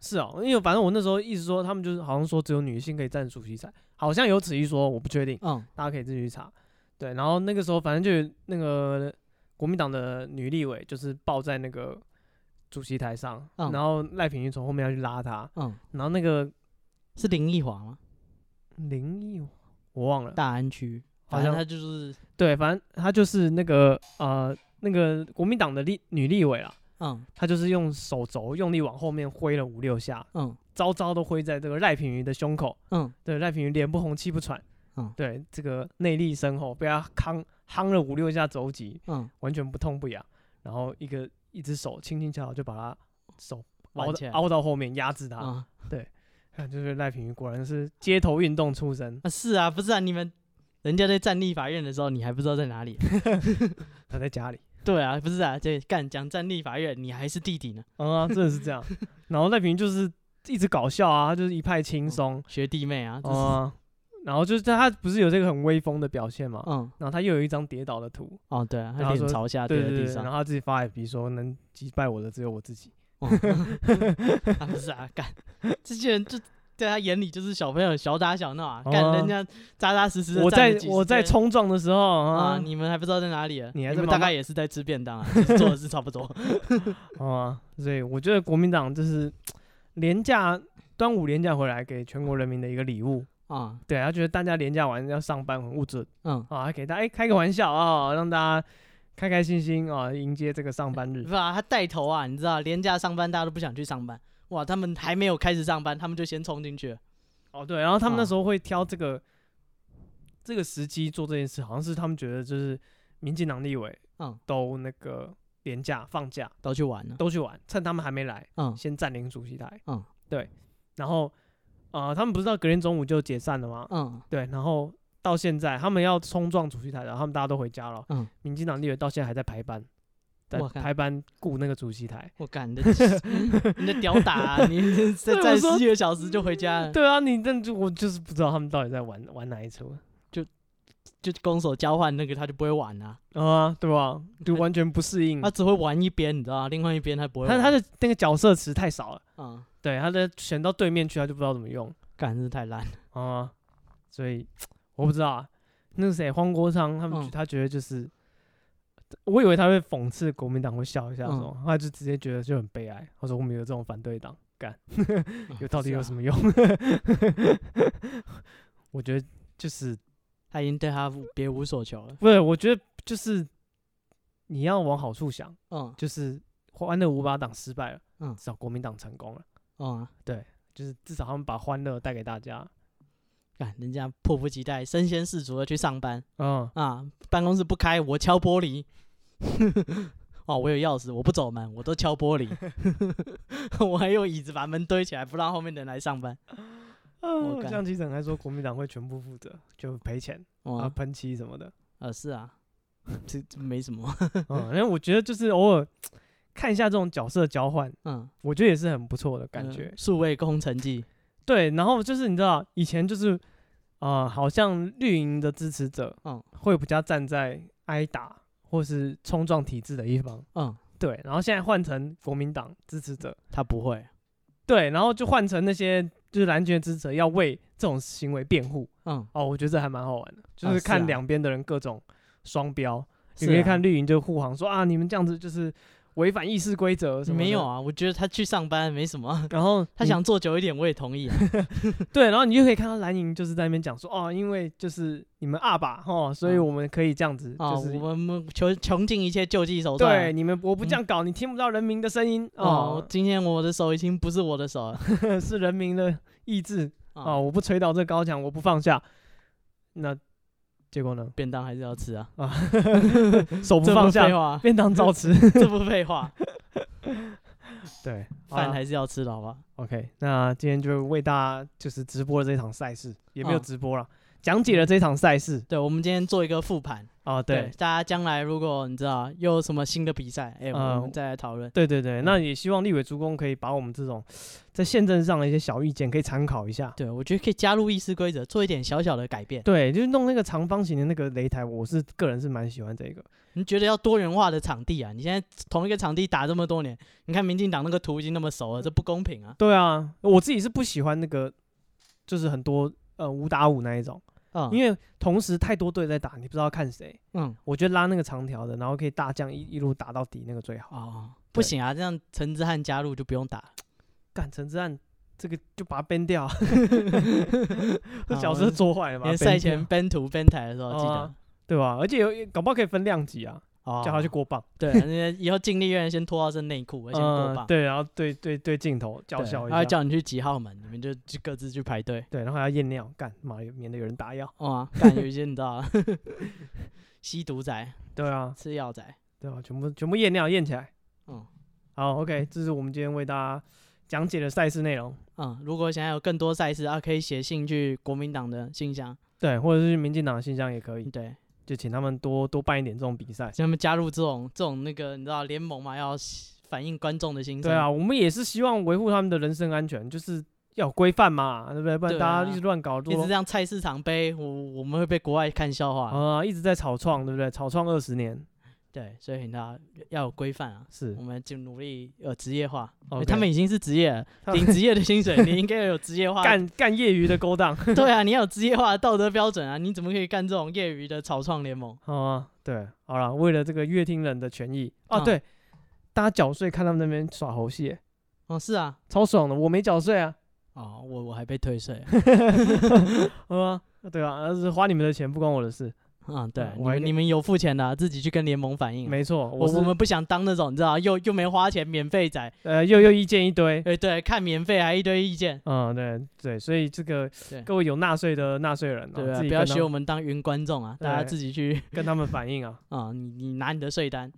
是哦，因为反正我那时候一直说他们就是好像说只有女性可以占主席台，好像有此一说，我不确定。
嗯
大家可以自己去查。对，然后那个时候反正就有那个国民党的女立委就是抱在那个主席台上，
嗯
然后赖品妤从后面要去拉她，
嗯，
然后那个
是林奕华
呃
吗？
林毅我忘了，
大安区，
好
反
像
正他就是
对，反正她就是那个呃那个国民党的立女立委啦，
嗯
她就是用手肘用力往后面挥了五六下，
嗯
招招都挥在这个赖品妤的胸口，
嗯
对，赖品妤脸不红气不喘，
嗯
对，这个内力深厚，被她夯夯了五六下肘击，
嗯，
完全不痛不痒，然后一个一只手轻轻巧巧就把他手凹
挽起
到
来
凹到后面压制他，
啊
看 就是赖品妤果然是街头运动出身，
啊是啊，不是啊，你们人家在站立法院的时候，你还不知道在哪里？
他在家里，
对啊，不是啊，这干讲站立法院，你还是弟弟呢，
嗯啊，真的是这样。然后赖品妤就是一直搞笑啊，就是一派轻松，
学弟妹啊，这是
嗯啊，然后就是他不是有这个很威风的表现嘛，
嗯，
然后他又有一张跌倒的图，
哦，对啊，
然
他
后
脸
说
朝下跌
对
在
对
地
对，然
上，
后他自己发 FB 说能击败我的只有我自己，
哦啊不是啊，干， 这些人就在他眼里就是小朋友小打小闹啊，干、
哦啊
人家扎扎实实地
我
站
在
了几十
我在
天
冲撞的时候
啊，
啊，
你们还不知道在哪里啊？
你还在
们
妈
大
妈
概也是在吃便当啊，就是做的是 差 不多。
啊，所以我觉得国民党这是廉价端午廉价回来给全国人民的一个礼物，
啊，
对，他觉得大家廉价完要上班很物质
嗯，
啊，还给大家、哎开个玩笑啊、让大家开开心心啊、迎接这个上班日
不。是啊，他带头啊，你知道，廉价上班大家都不想去上班，哇，他们还没有开始上班，他们就先冲进去了。
哦，对，然后他们那
啊
时候会挑这个、这个时机做这件事，好像是他们觉得就是民进党立委，
嗯，
都那个廉价放假
都去玩了。
都去玩，趁他们还没来，
嗯
先占领主席台，
嗯，
对，然后呃，他们不知道隔天中午就解散了吗？
嗯
对，然后到现在他们要冲撞主席台，然后他们大家都回家了，
嗯，
民进党立委到现在还在排班，在
我看
排班顾那个主席台。
我干你的， 你的屌打、 啊，你再
对我
再
说
十几个小时就回家 了，
对啊，你但就我就是不知道他们到底在玩玩哪一出
就攻守交换那个他就不会玩啊，
啊，对吧？就
他
完全不适 应
他。只会玩一边，你知道吗？另外一边他不会玩。
他嗯他的那个角色词太少了，
嗯，
对，他的选到对面去他就不知道怎么用
干真是太烂了。
啊，所以我不知道啊。那个谁，黄国昌他们觉、
嗯
他觉得就是，我以为他会讽刺国民党会笑一下什
嗯
么，他就直接觉得就很悲哀。他说我们有这种反对
哦
党，干 有到底有什
么？
么用？ 我觉得就是
他已经对他无别无所求了。
不是，我觉得就是你要往好处想，
嗯
就是欢乐五八党失败了，
嗯
至少国民党成功了。
嗯啊，
就是至少他们把欢乐带给大家。
干人家迫不及待、身先士卒的去上班
嗯，
啊，办公室不开，我敲玻璃。 哦，我有钥匙，我不走门，我都敲玻璃， 我还用椅子把门堆起来，不让后面的人来上班。
哦，
干
像基层还说国民党会全部负责，就赔钱啊、
哦，
喷漆什么 的。
呃，是啊，这这没什么。
嗯，因为我觉得就是偶尔看一下这种角色交换，
嗯，
我觉得也是很不错的 感觉
呃。数位工程技，
对，然后就是你知道以前就是啊、呃好像绿营的支持者，
嗯
会比较站在挨打或是冲撞体制的一方。
嗯，
对，然后现在换成国民党支持者，
他不会。
对，然后就换成那些就是蓝军的支持者要为这种行为辩护。
嗯，
哦，我觉得这还蛮好玩的，就
啊
是
是
看
啊
两边的人各种双标。你
是
可以
啊
看绿营就护航说啊，你们这样子就是违反议事规则什么的。
没有，啊，我觉得他去上班没什么，
然后
他
你
想做久一点，我也同 意、啊。
对，然后你就可以看到蓝营就是在那边讲说哦，因为就是你们二吧哈，所以
嗯
我们可以这样子，
啊，
就是、
我们穷穷尽一切救济手段。
对你们我不这样搞，你听不到人民的声音
哦
哦，，
今天我的手已经不是我的手了。
是人民的意志
啊，
哦，我不推倒这高墙，我不放下。那结果呢？
便当还是要吃啊，
啊， 手不
这
放
废
下，
话，
便当照吃。
这不 废话，
对，好啦
饭还是要吃的，好吧？
OK，那今天就为大家就是直播了这场赛事，也没有
嗯
直播了，讲解了这场赛事
对，我们今天做一个复盘。
啊，对，
大家将来如果你知道又有什么新的比赛，哎，
嗯
我们再来讨论。
对对对，那也希望立委诸公可以把我们这种在宪政上的一些小意见可以参考一下。
对，我觉得可以加入议事规则，做一点小小的改变。
对，就是弄那个长方形的那个擂台，我是个人是蛮喜欢这个。
你觉得要多元化的场地啊？你现在同一个场地打这么多年，你看民进党那个图已经那么熟了，这不公平啊！
对啊，我自己是不喜欢那个，就是很多呃五打五那一种，
嗯，
因为同时太多队在打，你不知道看谁。
嗯
我觉得拉那个长条的，然后可以大将一一路打到底，那个最好。
哦，不行啊，这样陈之汉加入就不用打了。
干陈之案这个就把它 ban 掉，啊这
啊
角
我
色做坏了嘛？
连
ban
赛
掉
前编图编台的时候记
啊哦
得
啊。对吧？而且有搞不好可以分量级啊，
哦，
叫他去过磅，
对，那以后尽力愿先脱到身内裤，而且过磅，
嗯，对，然后对对对镜头叫嚣一
他会
下，
叫你去几号门，你们就就各自去 排队。
对，然后还要验尿，干妈有免得有人打药，
哇，感觉有一些你知道， 吸毒仔、
对啊，
吃药仔，
对啊，全部全部验尿验起来，
嗯
好，OK，这是我们今天为大家讲解的赛事内容，
嗯，如果想要有更多赛事啊，可以写信去国民党的信箱，
对，或者是民进党的信箱也可以，
对，
就请他们多多办一点这种比赛，
请他们加入这种这种那个你知道联盟嘛，要反映观众的心声。
啊对啊，，我们也是希望维护他们的人身安全，就是要有规范嘛，对不对？不然
对
大
啊
家一直乱搞，
一直
多
这样菜市场杯，我我们会被国外看笑话。
啊，一直在草创，对不对？草创二十年
对，所以他要有规范啊。
是
我们就努力呃职业化，
OK
他们已经是职业了，
哦他们
领职业的薪水，你应该要有职业化。
干干业余的勾 当，
对啊，你要有职业化的道德标准啊！你怎么可以干这种业余的草创联盟？
好啊，对，好了，为了这个乐听人的权益啊，
嗯
对，大家缴税看他们那边耍猴戏，
哦，是啊，
超爽的，我没缴税 啊，
哦，我我还被退税。
嗯啊，对啊，那是花你们的钱，不关我的事，
嗯，对
嗯，
你
我还
们
跟
你们有付钱的啊、自己去跟联盟反映啊、
没错，
我
是
我们不想当那种你知道又又没花钱免费仔，
呃又又意见一堆，
哎对，看免费还一堆意见，
嗯，对对，所以这个
对
各位有纳税的纳税人啊，
对啊，
自
不
己
要
跟他
学我们当云观众啊，大家
对
自己去
跟他们反映啊，
啊、你你拿你的税单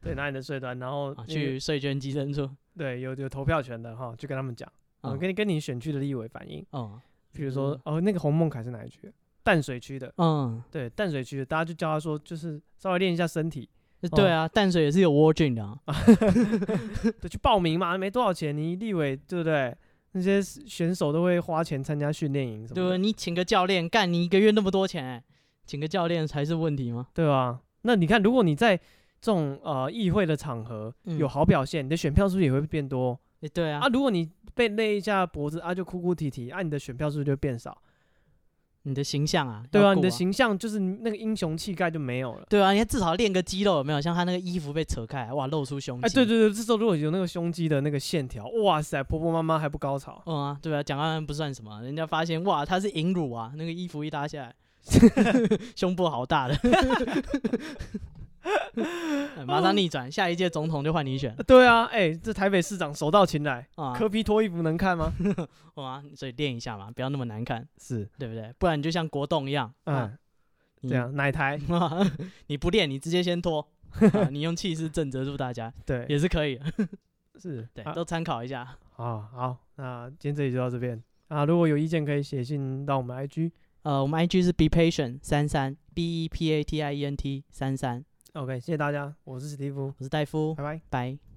对，拿你的税单，然后
啊
那个
去税捐稽征处，
对有有投票权的哈，就跟他们讲，
啊、
嗯，跟你跟你选区的立委反映，
哦
比如说哦，那个洪孟凯是哪一区的？淡水区的，
嗯，
对，淡水区的，大家就教他说，就是稍微练一下身体，
对啊，淡水也是有蜗菌的、啊，
对，去报名嘛，没多少钱，你立委对不对？那些选手都会花钱参加训练营什
对
么
不
的
对，，你请个教练干，你一个月那么多钱、哎请个教练才是问题吗？
对吧？那你看，如果你在这种呃议会的场合
嗯
有好表现，你的选票数也会变多
哎对啊，
啊。如果你被勒一下脖子啊，就哭哭啼啼啊，你的选票数就变少，
你的形象啊，
对
要
啊，你
顾
的形象就是那个英雄气概就没有了。
对啊，你至少练个肌肉有没有？像他那个衣服被扯开，哇，露出胸肌。
哎，对对对，这时候如果有那个胸肌的那个线条，哇塞，婆婆妈妈还不高潮，
嗯啊，对啊，蒋万安不算什么，人家发现哇，他是隐乳啊，那个衣服一拉下来， 胸部 好大的，哎马上逆转，下一届总统就换你选
对啊，哎，这台北市长手到擒来，
啊，
柯皮脱衣服能 看吗？
好啊，所以练一下嘛，不要那么难看，
是，
对不对？不然你就像国栋一样，啊，
嗯，这样奶台，
你 你不练，你直接先 脱。啊你用气势震慑住大家
对，
也是可以的，
是，
对，
啊
都参考一下
好好，那今天这里就到这边啊。如果有意见可以写信到我们 IG。
呃，我们 IG 是 be patient 三三 b e p a t i e n t 三三，
OK，谢谢大家，我是史蒂夫，
我是戴夫，
拜拜。
拜。